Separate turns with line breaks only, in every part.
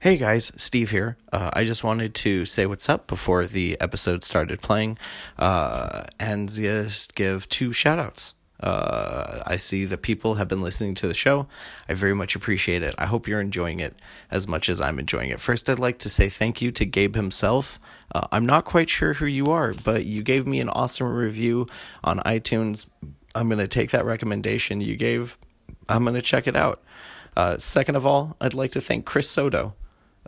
Hey guys, Steve here. Uh, I just wanted to say what's up before the episode started playing uh, and just give two shout outs. Uh, I see that people have been listening to the show. I very much appreciate it. I hope you're enjoying it as much as I'm enjoying it. First, I'd like to say thank you to Gabe himself. Uh, I'm not quite sure who you are, but you gave me an awesome review on iTunes. I'm going to take that recommendation you gave, I'm going to check it out. Uh, second of all, I'd like to thank Chris Soto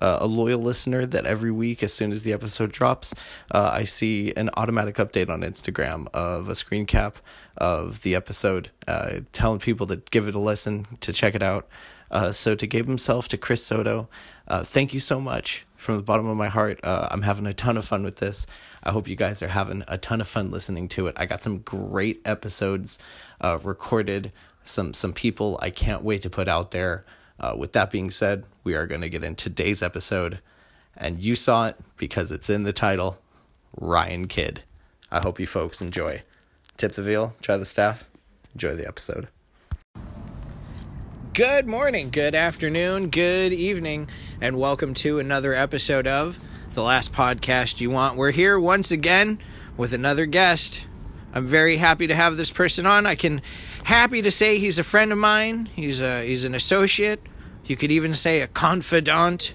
uh, a loyal listener that every week, as soon as the episode drops, uh, I see an automatic update on Instagram of a screen cap of the episode, uh, telling people to give it a listen, to check it out. Uh, so to Gabe himself, to Chris Soto, uh, thank you so much from the bottom of my heart. Uh, I'm having a ton of fun with this. I hope you guys are having a ton of fun listening to it. I got some great episodes uh, recorded, some some people I can't wait to put out there. Uh, with that being said, we are going to get in today's episode, and you saw it because it's in the title Ryan Kidd. I hope you folks enjoy. Tip the veal, try the staff, enjoy the episode. Good morning, good afternoon, good evening, and welcome to another episode of The Last Podcast You Want. We're here once again with another guest. I'm very happy to have this person on. I can happy to say he's a friend of mine. He's a he's an associate. You could even say a confidant.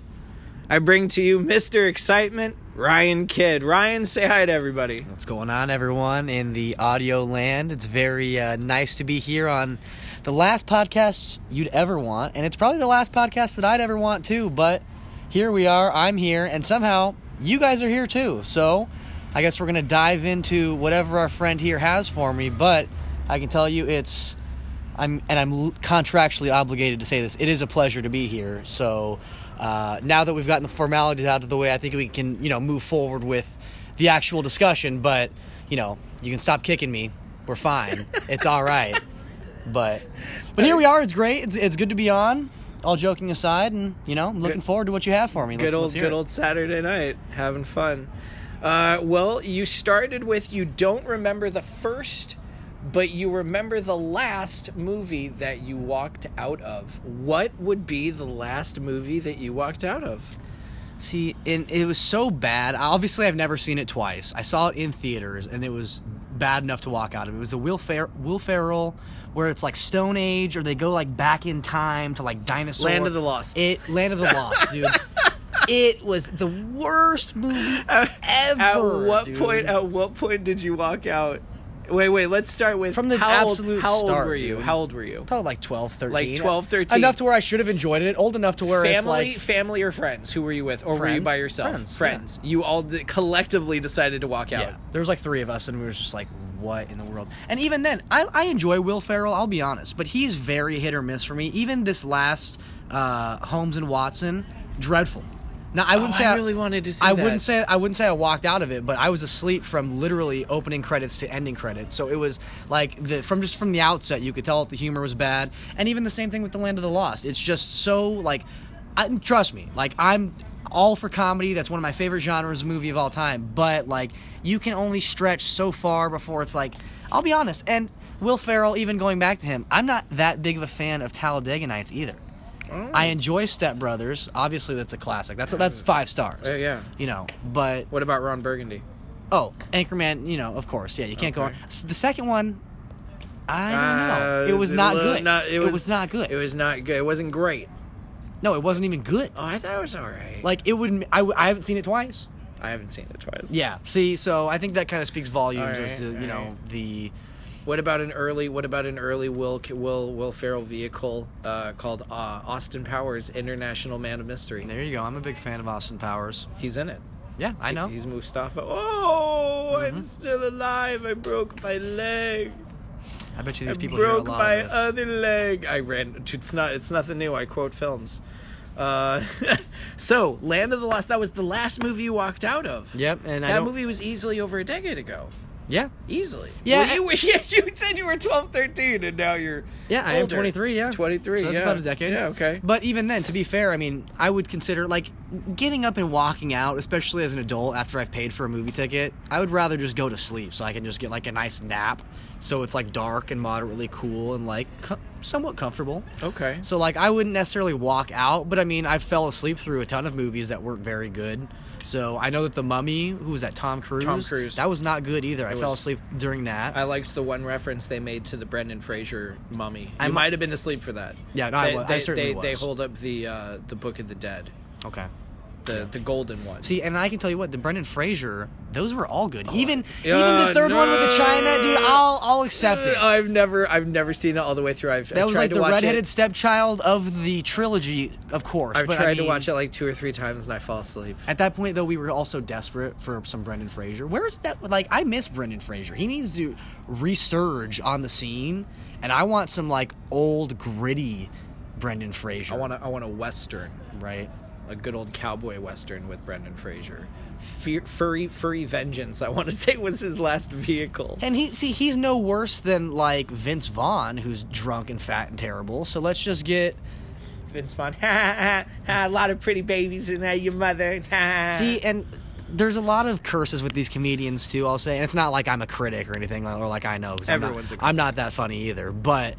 I bring to you Mr. Excitement, Ryan Kidd. Ryan, say hi to everybody.
What's going on, everyone, in the audio land? It's very uh, nice to be here on the last podcast you'd ever want, and it's probably the last podcast that I'd ever want too. But here we are, I'm here, and somehow you guys are here too. So I guess we're gonna dive into whatever our friend here has for me. But I can tell you, it's I'm and I'm l- contractually obligated to say this. It is a pleasure to be here. So uh, now that we've gotten the formalities out of the way, I think we can you know move forward with the actual discussion. But you know, you can stop kicking me. We're fine. It's all right. But but here we are. It's great. It's it's good to be on. All joking aside, and you know, I'm looking forward to what you have for me.
Good
Let's-
old
let's hear
good
it.
old Saturday night, having fun. Uh, well, you started with you don't remember the first, but you remember the last movie that you walked out of. What would be the last movie that you walked out of?
See, and it was so bad. Obviously, I've never seen it twice. I saw it in theaters, and it was bad enough to walk out of. It was the Will, Fer- Will Ferrell, where it's like Stone Age, or they go like back in time to like dinosaur.
Land of the Lost.
It Land of the Lost, dude. It was the worst movie ever.
At what
dude.
point? At what point did you walk out? Wait, wait. Let's start with
From the
how
absolute
old, How old
start,
were you?
dude.
How old were you?
Probably like 12, 13.
Like 12, 13.
Enough to where I should have enjoyed it. Old enough to where it's
family,
like
family or friends? Who were you with, or were you
Friends.
by yourself?
Friends, yeah.
You all d- collectively decided to walk out.
Yeah, there was like three of us, and we were just like, "What in the world?" And even then, I, I enjoy Will Ferrell. I'll be honest, but he's very hit or miss for me. Even this last uh, Holmes and Watson, dreadful. Now I wouldn't
Oh,
say
I really wanted to see
I
that.
wouldn't say I wouldn't say I walked out of it, but I was asleep from literally opening credits to ending credits. So it was like the from just from the outset, you could tell the humor was bad, and even the same thing with the Land of the Lost. It's just so like, I, trust me, like I'm all for comedy. That's one of my favorite genres of movie of all time. But like, you can only stretch so far before it's like, I'll be honest. And Will Ferrell, even going back to him, I'm not that big of a fan of Talladega Nights either. I enjoy Step Brothers. Obviously, that's a classic. That's that's five stars.
Yeah, yeah.
You know, but
What about Ron Burgundy?
oh, Anchorman. You know, of course. Yeah, you can't go on.
Okay.
S- the second one, I don't know.
Uh,
It was not
lo-
good.
not-
it, was, not good.
It was not good. It wasn't great.
no, it wasn't even good.
Oh, I thought it was all right.
Like it would. I, w- I haven't seen it twice.
I haven't seen it twice.
Yeah. See, so I think that kind of speaks volumes
All
as to
right,
you
all
know
right.
the.
What about an early? What about an early Will Will Will Ferrell vehicle uh, called uh, Austin Powers International Man of Mystery?
There you go. I'm a big fan of Austin Powers.
He's in it.
Yeah, I know. Mm-hmm.
He's Mustafa. Oh, I'm still alive. I broke my leg.
I bet you these
I
people
broke
hear a lot
my
of this.
other leg. I ran. It's not. It's nothing new. I quote films. Uh, so, Land of the Lost. That was the last movie you walked out of.
Yep, and I
that
don't-
movie was easily over a decade ago.
Yeah.
Easily.
Yeah,
Well, you, were- yeah, you said you were 12, 13, and now you're.
Yeah, I am
older.
23. Yeah,
23.
So that's
yeah.
about a decade.
Yeah. Okay.
But even then, to be fair, I mean, I would consider like getting up and walking out, especially as an adult after I've paid for a movie ticket. I would rather just go to sleep so I can just get like a nice nap, so it's like dark and moderately cool and like co- somewhat comfortable.
Okay.
So like I wouldn't necessarily walk out, but I mean I fell asleep through a ton of movies that weren't very good. So I know that the Mummy, who was that Tom Cruise?
Tom Cruise.
That was not good either. I fell
was-
asleep during that.
I liked the one reference they made to the Brendan Fraser mummy. You
I mi-
might have been asleep for that.
Yeah, no,
they,
I wa- I
they,
certainly
they, they
was.
hold up the uh, the Book of the Dead,
okay.
the the golden one.
See, and I can tell you what the Brendan Fraser, those were all good. even
Yeah,
even the third one with the China, dude,
Uh, no.
I'll I'll accept it.
Uh, I've never I've never seen it all the way through. I've
That
I've
was
tried
like
to
the
watch
redheaded
It.
stepchild of the trilogy, of course.
I've
but
tried
I mean,
to watch it like two or three times and I fall asleep.
At that point, though, we were also desperate for some Brendan Fraser. Where is that? Like, I miss Brendan Fraser. He needs to resurge on the scene, and I want some like old gritty Brendan Fraser.
I want to I want a western,
right.
a good old cowboy western with Brendan Fraser. Fear, furry furry vengeance. I want to say was his last vehicle.
And he see he's no worse than like Vince Vaughn, who's drunk and fat and terrible. So let's just get
Vince Vaughn. a lot of pretty babies and uh, your mother.
see and. There's a lot of curses with these comedians too. I'll say, and it's not like I'm a critic or anything, like- or like I know. 'cause I'm not-
Everyone's a critic.
I'm not that funny either, but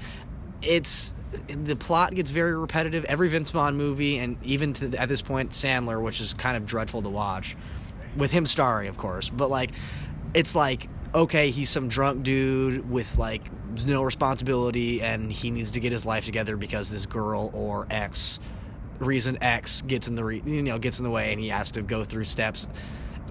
it's the plot gets very repetitive. Every Vince Vaughn movie, and even to, at this point, Sandler, which is kind of dreadful to watch, with him starring, of course. But like, it's like okay, he's some drunk dude with like no responsibility, and he needs to get his life together because this girl or ex reason X gets in the re, you know gets in the way, and he has to go through steps.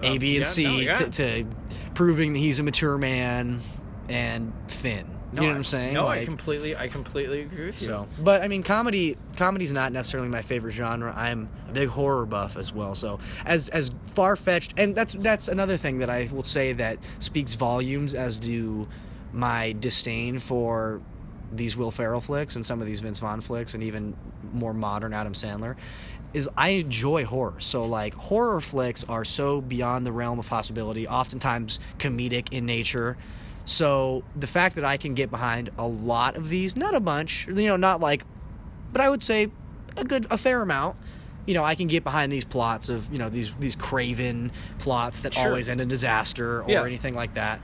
A, B, and
yeah,
C
no, yeah.
to, to proving that he's a mature man and Finn. you know what
I-
I'm saying?
No, I
Like,
completely, I completely agree with you.
So, but I mean, comedy comedy's not necessarily my favorite genre. I'm a big horror buff as well. So, as as far fetched, and that's that's another thing that I will say that speaks volumes as do my disdain for these Will Ferrell flicks and some of these Vince Vaughn flicks, and even more modern Adam Sandler. Is I enjoy horror. So, like, horror flicks are so beyond the realm of possibility, oftentimes comedic in nature. So the fact that I can get behind a lot of these, not a bunch, you know, not like, but I would say a good, a fair amount. You know, I can get behind these plots of you know these these craven plots that
Sure.
always end in disaster or
Yeah.
anything like that.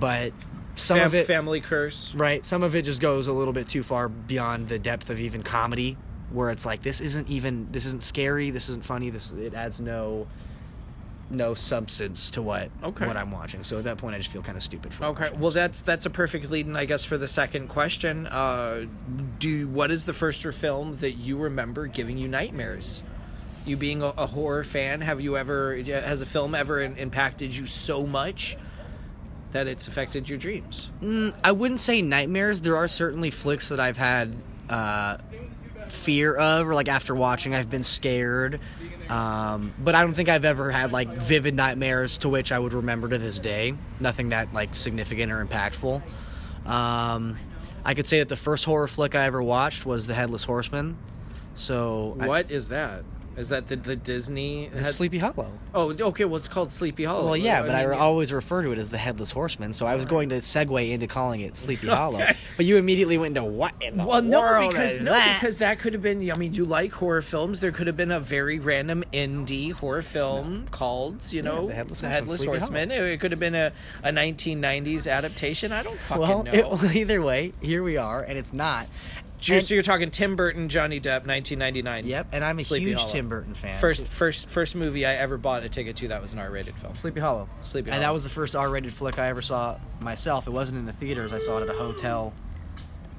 But some
Fam-
of it,
family curse.
right? Some of it just goes a little bit too far beyond the depth of even comedy, where it's like this isn't even this isn't scary, this isn't funny, this it adds no no substance to what
Okay.
what I'm watching. So at that point, I just feel kind of stupid for
Okay,
watching.
well that's that's a perfect lead, in, I guess, for the second question. Uh, do what is the first film that you remember giving you nightmares? You being a, a horror fan, have you ever has a film ever in, impacted you so much that it's affected your dreams?
I wouldn't say nightmares. There are certainly flicks that I've had uh, fear of, or like after watching, I've been scared. Um, but I don't think I've ever had like vivid nightmares to which I would remember to this day. Nothing that like significant or impactful. Um, I could say that the first horror flick I ever watched was The Headless Horseman. So I-
What is that? Is that the, the Disney?
Mm. The
had-
Sleepy Hollow.
oh, okay. Well, it's called Sleepy Hollow.
Well, yeah, but I,
mean,
always refer to it as the Headless Horseman, so I was going to segue into calling it Sleepy Hollow. But you immediately went into what in the
Well, no,
world
because
is
no,
that?
because that could have been. I mean, you like horror films. There could have been a very random indie horror film called, you know,
The Headless
The
Horseman,
Headless
Sleepy
Horseman. It, it could have been a, a 1990s adaptation. I don't fucking
well,
know.
it- well, either way, here we are, and it's not.
so, you're,
And-
so you're talking Tim Burton, Johnny Depp, 1999.
yep, and I'm a
Sleepy
huge
Hollow.
Tim Burton fan.
First, first, first movie I ever bought a ticket to that was an R-rated film.
Sleepy Hollow.
Sleepy
and that
Hollow.
was the first R-rated flick I ever saw myself. It wasn't in the theaters. I saw it at a hotel,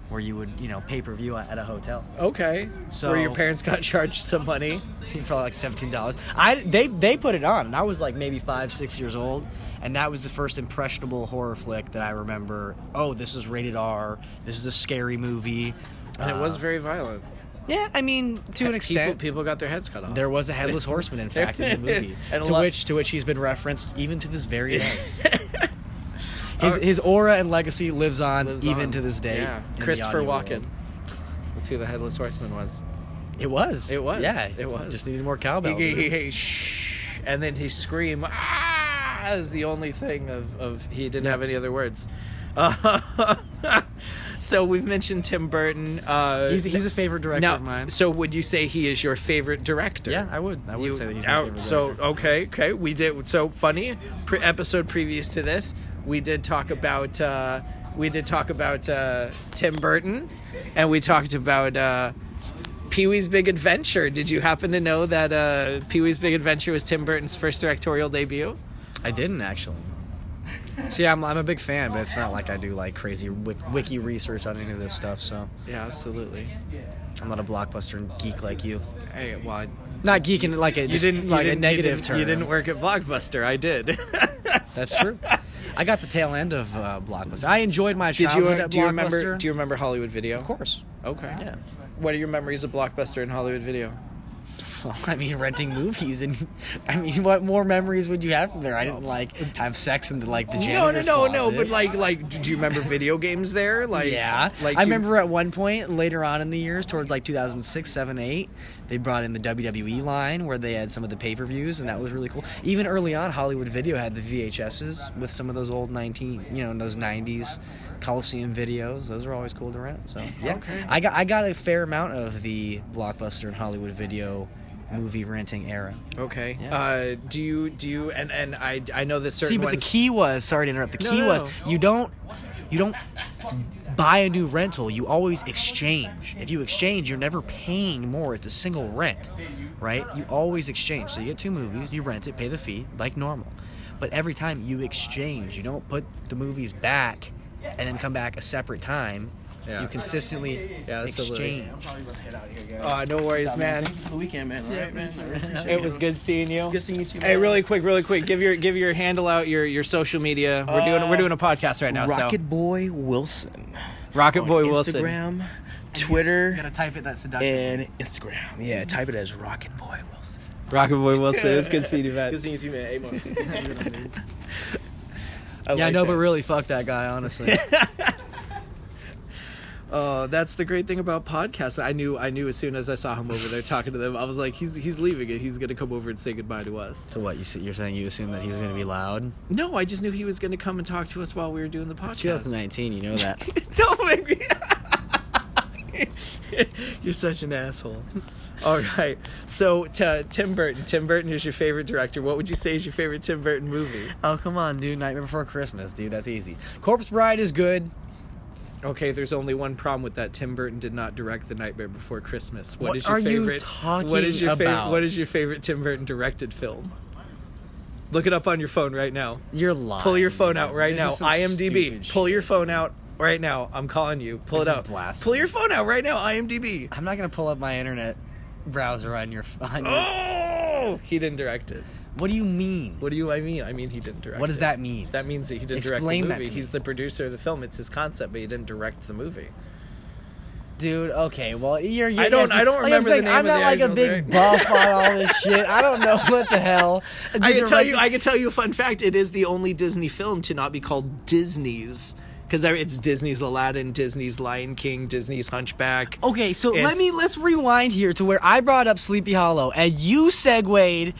where you would, you know, pay-per-view at a hotel.
Okay,
So-
where your parents got charged some money.
Seemed for like seventeen dollars. I they they put it on, and I was like maybe five six years old, and that was the first impressionable horror flick that I remember. Oh, this is rated R. This is a scary movie. Uh,
And it was very violent.
Yeah, I mean to an
People,
extent.
people got their heads cut off.
There was a headless horseman, in fact, in the movie,
And a
to
lot-
which to which he's been referenced even to this very day. His, his aura and legacy lives on
Lives
even
on.
to this day.
Yeah.
in the
Christopher
audio
Walken.
world.
That's who the headless horseman was.
It was.
It was.
Yeah.
It was.
Just needed more
He,
cowbell.
he, he,
dude.
he- shh, and then he scream ah is the only thing of, of he didn't have any other words. Uh, so we've mentioned Tim Burton. Uh,
He's, he's a favorite director
now,
of mine.
so would you say he is your favorite director?
Yeah, I would. I would
You-
say that he's
out-
my favorite
so
director.
okay, okay. We did so funny pre- episode previous to this. We did talk about uh, We did talk about uh, Tim Burton, and we talked about uh, Pee Wee's Big Adventure. Did you happen to know that uh, Pee Wee's Big Adventure was Tim Burton's first directorial debut?
I didn't actually. See, I'm, I'm a big fan, but it's not like I do like crazy wik- wiki research on any of this stuff. So
Yeah, absolutely.
I'm not a blockbuster geek like you.
Hey, well, I-
Not geeking like a
you
just
didn't
like
you didn't-
a negative
you didn't,
term.
You didn't work at Blockbuster. I did.
That's true. I got the tail end of uh, blockbuster. I enjoyed my
did
childhood
you uh,
at
do you
blockbuster.
remember do you remember Hollywood Video?
of course.
Okay.
Yeah.
What are your memories of Blockbuster and Hollywood Video?
Well, I mean, renting movies, and I mean, what more memories would you have from there? I didn't like have sex in the like the
No, no,
janitor's
no, no.
closet.
But like, like, do you remember video games there? Like,
yeah,
Like,
I
do you-
remember at one point later on in the years, towards like 2006, 7, 8, they brought in the WWE line where they had some of the pay per views, and that was really cool. Even early on, Hollywood Video had the VHSs with some of those old 19, you know, in those 90s Coliseum videos. Those were always cool to rent. So yeah, I got I got a fair amount of the blockbuster and Hollywood Video movie renting era.
Okay. Uh, do you do you and and I I know that certain
See, but
ones.
the key was sorry to interrupt. The
No,
key
no,
was
no.
you don't you don't buy a new rental. You always exchange. If you exchange, you're never paying more. It's a single rent, right? You always exchange. So you get two movies, you rent it, pay the fee like normal. But every time you exchange, you don't put the movies back and then come back a separate time.
Yeah.
You consistently
Yeah, absolutely.
exchange.
Uh, no worries, man.
Thank you for the weekend, man. All right, man. I really appreciate
It was good seeing you.
Good seeing you too.
Hey,
man.
really quick, really quick. Give your give your handle out. Your your social media. We're doing we're doing a podcast right now.
Rocket
so
Boy Wilson.
Rocket
on
Boy Wilson.
Instagram, Twitter,
gotta type it that seductive.
and Instagram. Yeah, type it as Rocket Boy Wilson.
Rocket Boy Wilson. It's good seeing you, man.
Good seeing you too, man. Hey, Mark.
yeah,
like
no,
that.
but really, fuck that guy. Honestly,
Oh, that's the great thing about podcasts. I knew I knew as soon as I saw him over there talking to them, I was like, he's he's leaving it. He's gonna come over and say goodbye to us.
so what you s- you're saying? You assume that he was gonna be loud.
No, I just knew he was gonna come and talk to us while we were doing the podcast.
2019, you know that.
Don't make me. You're such an asshole. All right. So t- Tim Burton. Tim Burton is your favorite director. What would you say is your favorite Tim Burton movie?
oh, come on, dude. Nightmare Before Christmas, dude. That's easy. Corpse Bride is good.
Okay, there's only one problem with that. Tim Burton did not direct The Nightmare Before Christmas.
What
is your
are you
favorite? what
talking
is your favorite?
about?
What is your favorite Tim Burton directed film? Look it up on your phone right now.
You're lying.
Pull your phone out
dude.
right
This
now.
is some
IMDb.
stupid
Pull
shit.
your phone out right now. I'm calling you. Pull
This
it
is
out.
blasphemy.
Pull your phone out right now. IMDb.
I'm not gonna pull up my internet browser on your phone.
Oh! He didn't direct it.
What do you mean?
What do you? I mean, I mean he didn't direct.
What does
it.
that mean?
That means that he didn't direct
Explain
the
that
movie.
to me.
He's the producer of the film. It's his concept, but he didn't direct the movie.
Dude, okay, well, you're. you're
I don't-
yes,
I don't
like
remember
I'm saying,
the name of
I'm not
the
like a
actual
big
director.
buff on all this shit. I don't know what the hell.
I
The
can tell
director-
you. I can tell you a fun fact. It is the only Disney film to not be called Disney's because it's Disney's Aladdin, Disney's Lion King, Disney's Hunchback.
Okay, so let
It's-
me let's rewind here to where I brought up Sleepy Hollow and you segued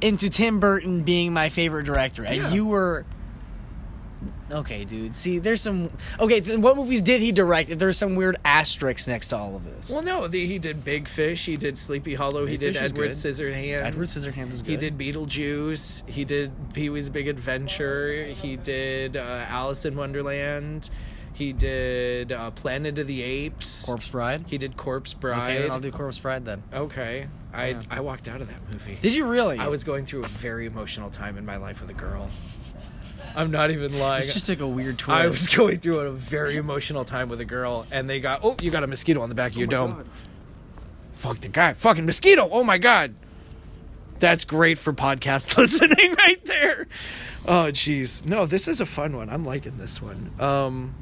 into Tim Burton being my favorite director, and
Yeah.
you were. Okay, dude. See, there's some. Okay, th- what movies did he direct? There's some weird asterisks next to all of this.
Well, no, the, he did Big Fish. He did Sleepy Hollow. he did
Big Fish is
Edward
good.
Scissorhands.
Edward Scissorhands is
He
good.
did Beetlejuice. He did Pee Wee's Big Adventure. He did uh, Alice in Wonderland. He did uh, Planet of the Apes.
Corpse Bride.
He did Corpse Bride.
Okay, then I'll do Corpse Bride then.
Okay. I I walked out of that movie.
Did you really?
I was going through a very emotional time in my life with a girl. I'm not even lying.
It's just like a weird twist.
I was going through a very emotional time with a girl, and they got oh, you got a mosquito on the
Oh
back of your dome. Fuck the guy, fucking mosquito! Oh my god, that's great for podcast listening right there. Oh jeez, no, this is a fun one. I'm liking this one. Um,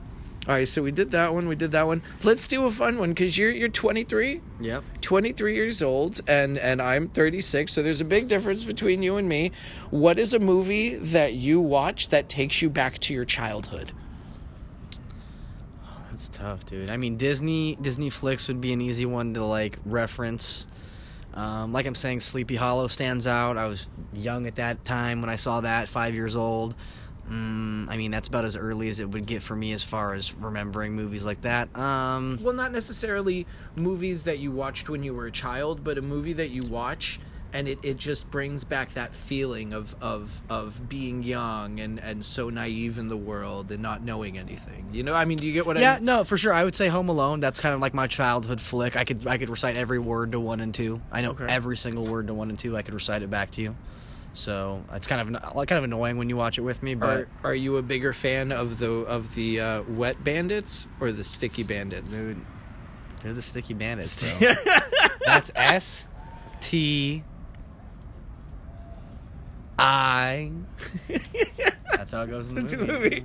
all right, so we did that one. We did that one. Let's do a fun one because you're you're 23.
Yep.
23 years old and and I'm 36 so there's a big difference between you and me what is a movie that you watch that takes you back to your childhood
That's tough, dude. I mean, Disney Disney flicks would be an easy one to like reference. Um, like I'm saying, Sleepy Hollow stands out. I was young at that time when I saw that, five years old. Mm, I mean, that's about as early as it would get for me as far as remembering movies like that. Um,
well not necessarily movies that you watched when you were a child but a movie that you watch and it, it just brings back that feeling of of of being young and and so naive in the world and not knowing anything. You know, I mean, do you get what I
Yeah,
mean?
no, for sure. I would say Home Alone. That's kind of like my childhood flick. I could I could recite every word to one and two. I know
Okay.
every single word to one and two. I could recite it back to you. So it's kind of an- kind of annoying when you watch it with me, but
Are, are you a bigger fan of the of the uh, wet bandits or the sticky bandits?
dude, they're the sticky bandits. bro. that's S T I. That's how it goes in the movie.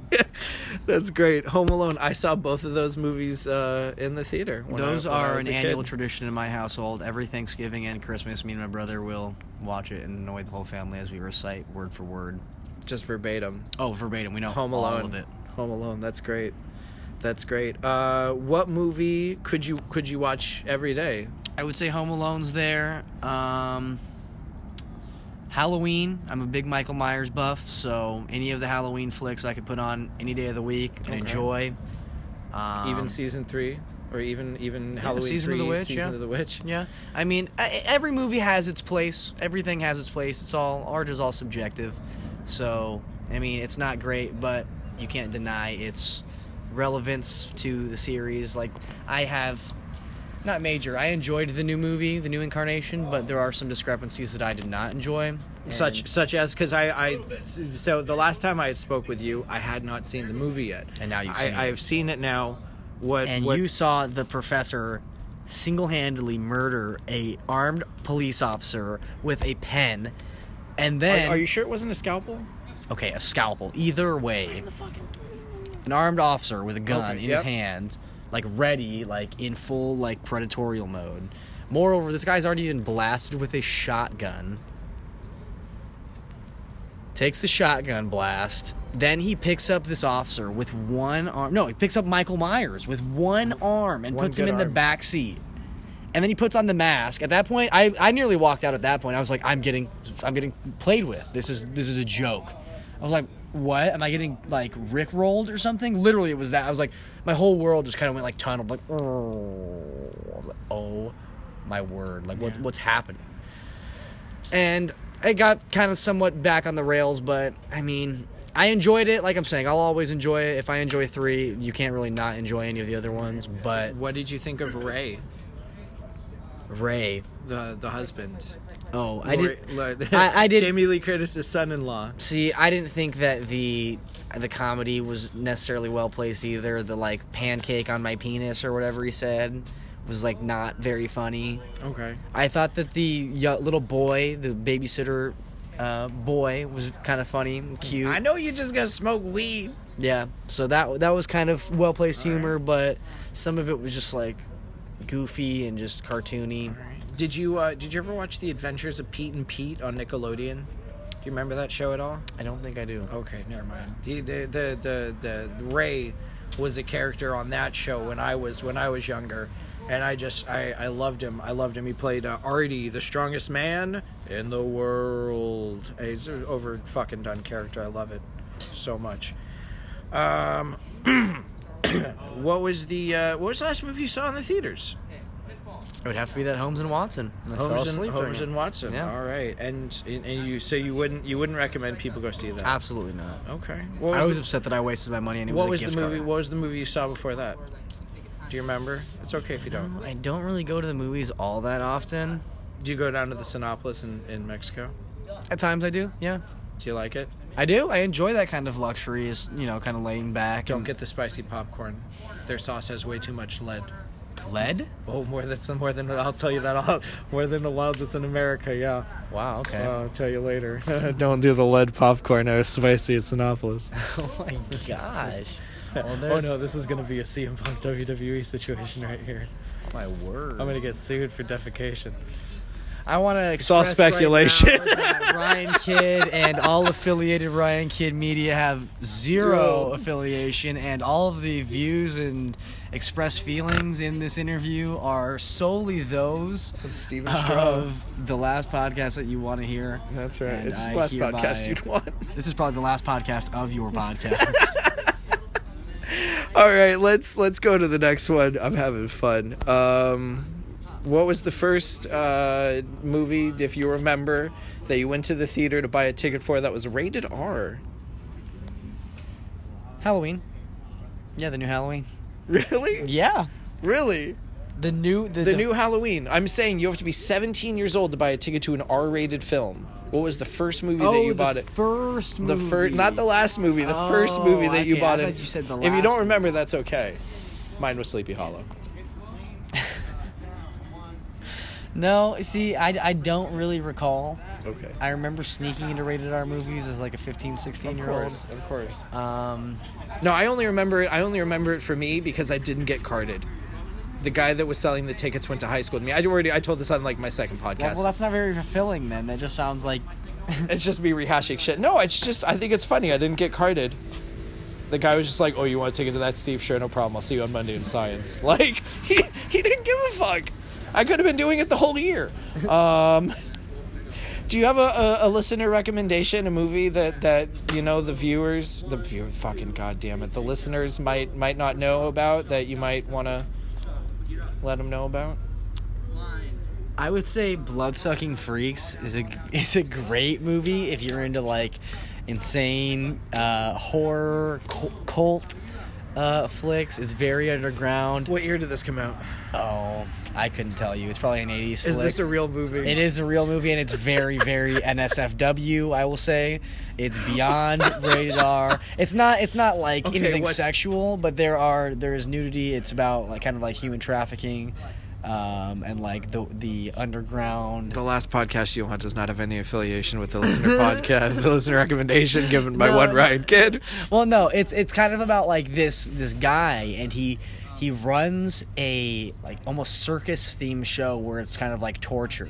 That's great. Home Alone. I saw both of those movies uh, in the theater. when I-
Those
when I
are
was
an
a
annual
kid.
tradition in my household. Every Thanksgiving and Christmas, me and my brother will watch it and annoy the whole family as we recite word for word.
just verbatim.
Oh, verbatim. We know
Home
all
Alone.
of it.
Home Alone. That's great. That's great. Uh, what movie could you could you watch every day?
I would say Home Alone's there. Um, Halloween. I'm a big Michael Myers buff, so any of the Halloween flicks I could put on any day of the week and
Okay.
enjoy. Um,
Even season three, or even even Halloween
Season
three,
of the Witch,
season
yeah.
of the witch.
Yeah, I mean, e- every movie has its place. Everything has its place. It's all art is all subjective, so I mean, it's not great, but you can't deny its relevance to the series. Like I have, not major. I enjoyed the new movie, the new incarnation, but there are some discrepancies that I did not enjoy.
Such such as because I I s- so the last time I had spoke with you, I had not seen the movie yet,
And now you've
I,
seen it.
I have seen it now. What
and
what,
you saw the professor single-handedly murder a armed police officer with a pen, and then
are you sure it wasn't a scalpel?
Okay, a scalpel. Either way, an armed officer with a gun
Okay,
in his
yep.
hand, like ready, like in full like predatorial mode. Moreover, this guy's already been blasted with a shotgun. Takes the shotgun blast. Then he picks up this officer with one arm. No, he picks up Michael Myers with one arm and
One
puts him
good
in the
arm.
back seat. And then he puts on the mask. At that point, I, I nearly walked out. At that point, I was like, I'm getting I'm getting played with. This is this is a joke. I was like, what? Am I getting like Rick rolled or something? Literally, it was that. I was like, my whole world just kind of went like tunneled. Like, "Oh." I'm like, oh my word! Like, what, what's happening? and it got kind of somewhat back on the rails but i mean i enjoyed it like i'm saying i'll always enjoy it if i enjoy three you can't really not enjoy any of the other ones but
What did you think of Ray,
ray
the the husband?
oh i did
Lori- Lori-
I- I did-
Jamie Lee Curtis's son-in-law.
see i didn't think that the the comedy was necessarily well placed either the like pancake on my penis or whatever he said was like not very funny
Okay.
I thought that the yo- little boy, the babysitter uh, boy, was kind of funny, and cute.
I know you're just gonna smoke weed.
Yeah, so that that was kind of well placed humor, but some of it was just like goofy and just cartoony.
Did you uh, did you ever watch The Adventures of Pete and Pete on Nickelodeon? Do you remember that show at all?
I don't think I do. Oh,
Okay, never mind. He, the, the the the the Ray was a character on that show when I was when I was younger, and I just I I loved him. I loved him. He played uh, Artie, the strongest man in the world. He's an over fucking done character. I love it so much. Um, what was the uh, what was the last movie you saw in the theaters?
It would have to be that Holmes and Watson. I fell
Holmes and,
asleep during
Holmes
it.
and Watson.
Yeah.
All right, and and you so you wouldn't you wouldn't recommend people go see that?
Absolutely not.
okay. What
I was
the-
upset that I wasted my money and it
What was
was a gift
the movie?
card.
What was the movie you saw before that? Do you remember? It's okay if you don't.
I don't really go to the movies all that often.
Do you go down to the Sinopolis in, in Mexico?
At times I do, yeah.
Do you like it?
I do. I enjoy that kind of luxury, is you know, kind of laying back.
Don't get the spicy popcorn. Their sauce has way too much lead.
lead.
Oh, more that's more than I'll tell you that all more than allowed that's in America. Yeah,
Wow. Okay.
I'll tell you later. don't do the lead popcorn. I was spicy at Sinopolis.
oh my gosh. Well,
oh
there's-
no, this is gonna be a CM Punk WWE situation right here.
My word.
I'm gonna get sued for defecation.
I want to. It's
all speculation.
Ryan Kidd and all affiliated Ryan Kidd Media have zero affiliation, and all of the views and expressed feelings in this interview are solely those
Steven
of the last podcast that you want to hear.
That's right.
And
it's just
I
the last
hereby-
podcast you'd want.
This is probably the last podcast of your podcast.
All right, let's let's go to the next one. I'm having fun. Um,
What was the first uh, movie, if you remember, that you went to the theater to buy a ticket for that was rated R?
Halloween. Yeah, the new Halloween.
Really?
Yeah,
Really?
the new the,
The new Halloween. I'm saying you have to be 17 years old to buy a ticket to an R-rated film. What was the first movie
oh,
that you
the
bought it?
first
The
movie.
first, not the last movie. The first
Oh,
movie that you
okay, I
bought
thought
it.
you said the
If you
last
don't remember, that's okay. Mine was Sleepy Hollow.
No, see, I, I don't really recall.
Okay.
I remember sneaking into rated R movies as like a 15, 16
Of
year
course, of course.
old. Um,
No, I only remember it. I only remember it for me because I didn't get carded. The guy that was selling the tickets went to high school with me. I already I told this on like my second podcast.
yeah, well, that's not very fulfilling then. That just sounds like
it's just me rehashing shit. No, it's just I think it's funny. I didn't get carded. The guy was just like, "Oh, you want to take it to that Steve? Sure, no problem. I'll see you on Monday in science." Like he he didn't give a fuck. I could have been doing it the whole year. Um, do you have a, a, a listener recommendation, a movie that that you know the viewers, the view, fucking goddamn it, the listeners might might not know about that you might want to let them know about?
I would say Bloodsucking Freaks is a is a great movie if you're into like insane uh, horror cul- cult uh, flicks. It's very underground.
What year did this come out?
Oh, I couldn't tell you. It's probably an 80s
Is
flick.
this a real movie?
It is a real movie, and it's very, very NSFW. I will say, it's beyond rated R. It's not. It's not like
Okay,
anything
what's-
sexual, but there are there is nudity. It's about like kind of like human trafficking, um, and like the the underground.
The last podcast you want does not have any affiliation with the listener podcast, the listener recommendation given by
No,
One
no.
Ryan Kid.
Well, no, it's it's kind of about like this this guy, and he he runs a like almost circus themed show where it's kind of like torture,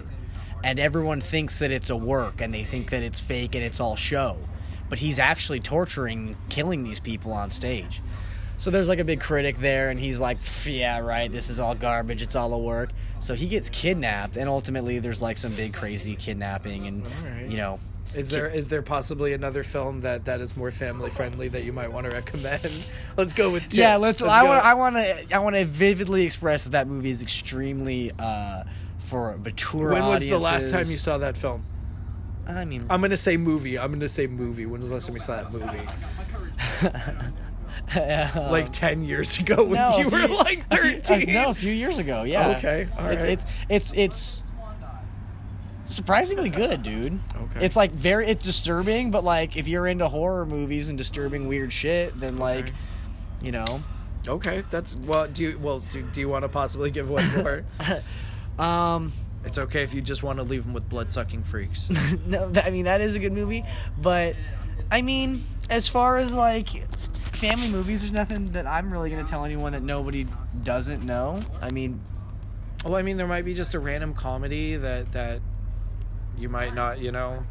and everyone thinks that it's a work, and they think that it's fake and it's all show, but he's actually torturing, killing these people on stage. So there's like a big critic there, and he's like, "Pff, "Yeah, right. This is all garbage. It's all a work." So he gets kidnapped, and ultimately there's like some big crazy kidnapping, and
right.
you know,
Is there is there possibly another film that, that is more family friendly that you might want to recommend? Let's go with two.
Yeah, let's. I
go-
want. I want to. I want to vividly express that that movie is extremely uh, for mature.
When was the last time you
audiences. Um,
saw that film?
I mean,
I'm gonna say movie. I'm gonna say movie. When was the last time you saw that movie? like ten years ago when
um, no,
you
a
were
few-
like
a few- uh,
thirteen.
no, a few years ago. Yeah.
Okay, all
it's,
right.
it's it's it's surprisingly good, dude.
Okay.
It's like very. It's disturbing, but like if you're into horror movies and disturbing weird shit, then like, you know.
Okay, that's well. Do you well? Do, do you want to possibly give one more?
Um.
it's okay if you just want to leave them with blood sucking freaks.
no, that, I mean that is a good movie, but I mean, as far as like family movies, there's nothing that I'm really gonna tell anyone that nobody doesn't know. I mean,
Well, I mean, there might be just a random comedy that that you might not, you know.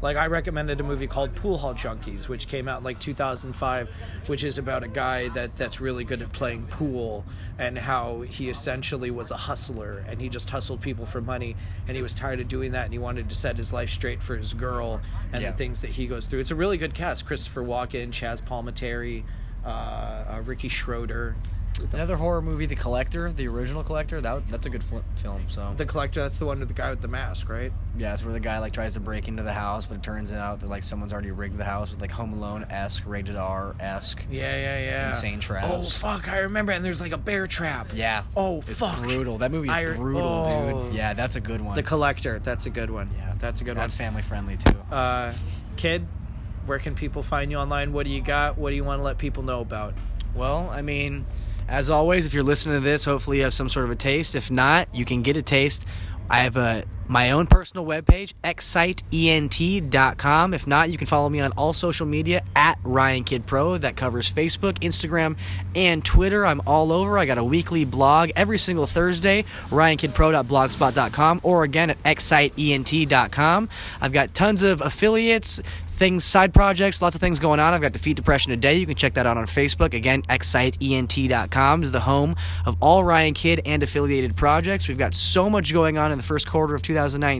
Like I recommended a movie called Pool Hall Junkies, which came out in like 2005, which is about a guy that that's really good at playing pool and how he essentially was a hustler and he just hustled people for money and he was tired of doing that and he wanted to set his life straight for his girl and
Yeah.
the things that he goes through. It's a really good cast: Christopher Walken, Chaz Palminteri, uh, uh, Ricky Schroeder.
another horror movie, The Collector, the original Collector. That that's a good fl- film. So
The collector, that's the one with the guy with the mask, right?
yeah, it's where the guy like tries to break into the house, but it turns out that like someone's already rigged the house with like Home Alone esque, rated R esque.
Yeah, yeah, yeah.
Insane traps.
Oh fuck, I remember. And there's like a bear trap.
Yeah.
Oh
It's
fuck.
Brutal. That movie's
I-
brutal,
oh.
dude. Yeah, that's a good one.
The collector. That's a good one.
yeah,
that's a good
That's
one.
family friendly too.
uh, kid, where can people find you online? What do you got? What do you want to let people know about?
Well, I mean, as always, if you're listening to this, hopefully you have some sort of a taste. If not, you can get a taste. I have a my own personal webpage, exciteent.com. If not, you can follow me on all social media at Ryan Kid Pro. That covers Facebook, Instagram, and Twitter. I'm all over. I got a weekly blog every single Thursday, ryankidpro.blogspot.com, or again at exciteent.com. I've got tons of affiliates, things, side projects, lots of things going on. I've got Defeat Depression Today. You can check that out on Facebook. Again, E exciteent.com is the home of all Ryan Kidd and affiliated projects. We've got so much going on in the first quarter of 2019.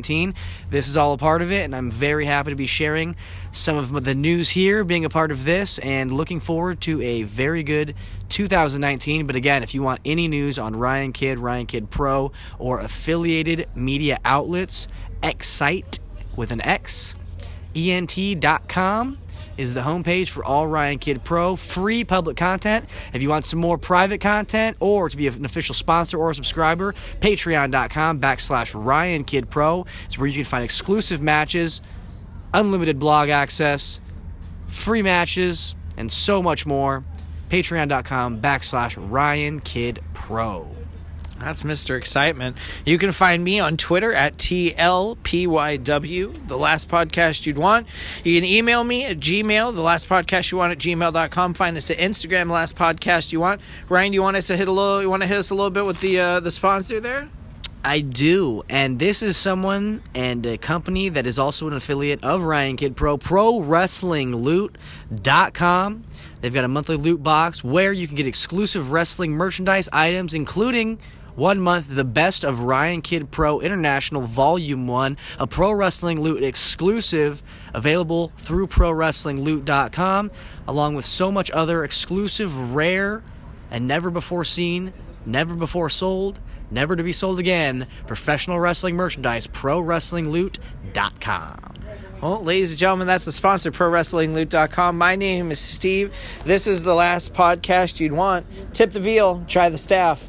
2019. This is all a part of it, and I'm very happy to be sharing some of the news here, being a part of this, and looking forward to a very good 2019. But again, if you want any news on Ryan Kidd, Ryan Kidd Pro, or affiliated media outlets, Excite with an X, E ENT.com is the homepage for all Ryan Kid Pro free public content. If you want some more private content or to be an official sponsor or a subscriber, patreon.com backslash Ryan Kid Pro is where you can find exclusive matches, unlimited blog access, free matches, and so much more. Patreon.com backslash Ryan Kid Pro.
That's Mr. Excitement. You can find me on Twitter at TLPYW, the last podcast you'd want. You can email me at Gmail, the last podcast you want at gmail.com. Find us at Instagram, the last podcast you want. Ryan, do you want us to hit a little you want to hit us a little bit with the uh, the sponsor there?
I do, and this is someone and a company that is also an affiliate of Ryan Kid Pro, Pro Wrestling Loot.com. They've got a monthly loot box where you can get exclusive wrestling merchandise items, including one month the best of Ryan Kid Pro International Volume 1, a pro wrestling loot exclusive available through Pro Wrestling Loot.com, along with so much other exclusive, rare, and never before seen, never before sold, never to be sold again professional wrestling merchandise, pro wrestling loot.com.
Well, ladies and gentlemen, that's the sponsor, ProWrestlingLoot.com. My name is Steve. This is the last podcast you'd want. Tip the veal, try the staff.